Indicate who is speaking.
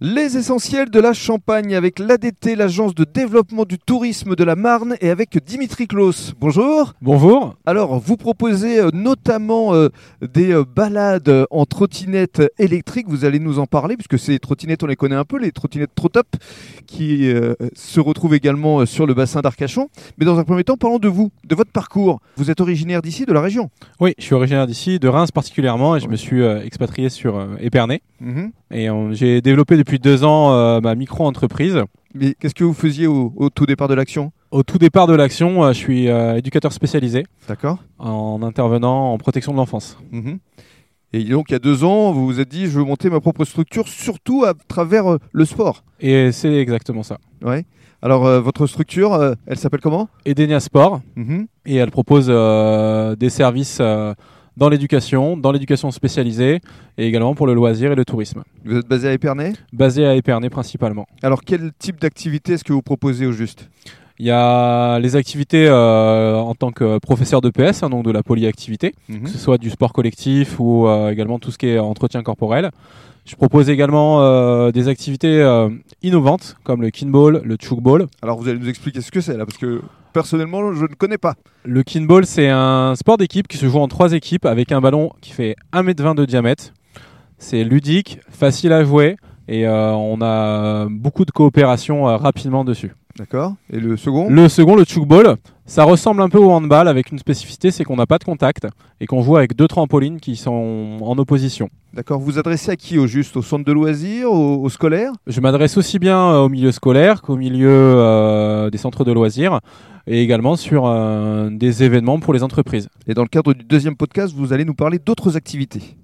Speaker 1: Les essentiels de la Champagne avec l'ADT, l'agence de développement du tourisme de la Marne, et avec Dimitri Klaus. Bonjour.
Speaker 2: Bonjour.
Speaker 1: Alors, vous proposez euh, notamment euh, des euh, balades en trottinette électrique. Vous allez nous en parler, puisque ces trottinettes, on les connaît un peu, les trottinettes trop top, qui euh, se retrouvent également euh, sur le bassin d'Arcachon. Mais dans un premier temps, parlons de vous, de votre parcours. Vous êtes originaire d'ici, de la région.
Speaker 2: Oui, je suis originaire d'ici, de Reims particulièrement, et je me suis euh, expatrié sur euh, Épernay.
Speaker 1: Mhm.
Speaker 2: Et on- j'ai développé depuis deux ans euh, ma micro-entreprise.
Speaker 1: Mais qu'est-ce que vous faisiez au, au tout départ de l'action
Speaker 2: Au tout départ de l'action, euh, je suis euh, éducateur spécialisé
Speaker 1: D'accord.
Speaker 2: en intervenant en protection de l'enfance.
Speaker 1: Mhm. Et donc, il y a deux ans, vous vous êtes dit, je veux monter ma propre structure, surtout à travers euh, le sport.
Speaker 2: Et c'est exactement ça.
Speaker 1: Ouais. Alors, euh, votre structure, euh, elle s'appelle comment
Speaker 2: Edenia Sport,
Speaker 1: Mhm.
Speaker 2: et elle propose euh, des services euh, dans l'éducation, dans l'éducation spécialisée, et également pour le loisir et le tourisme.
Speaker 1: Vous êtes basé à Épernay.
Speaker 2: Basé à Épernay principalement.
Speaker 1: Alors, quel type d'activité est-ce que vous proposez au juste
Speaker 2: Il y a les activités euh, en tant que professeur de PS, hein, donc de la polyactivité,
Speaker 1: Mhm.
Speaker 2: que ce soit du sport collectif ou euh, également tout ce qui est entretien corporel. Je propose également euh, des activités euh, innovantes comme le kinball, le chukball.
Speaker 1: Alors, vous allez nous expliquer ce que c'est là, parce que personnellement, je ne connais pas.
Speaker 2: Le kinball, c'est un sport d'équipe qui se joue en trois équipes avec un ballon qui fait 1m20 de diamètre. C'est ludique, facile à jouer et euh, on a beaucoup de coopération euh, rapidement dessus.
Speaker 1: D'accord. Et le second
Speaker 2: Le second, le chukball, ça ressemble un peu au handball avec une spécificité, c'est qu'on n'a pas de contact et qu'on joue avec deux trampolines qui sont en opposition.
Speaker 1: D'accord. Vous vous adressez à qui au juste Au centre de loisirs Au, au scolaire
Speaker 2: Je m'adresse aussi bien euh, au milieu scolaire qu'au milieu euh, des centres de loisirs et également sur euh, des événements pour les entreprises.
Speaker 1: Et dans le cadre du deuxième podcast, vous allez nous parler d'autres activités.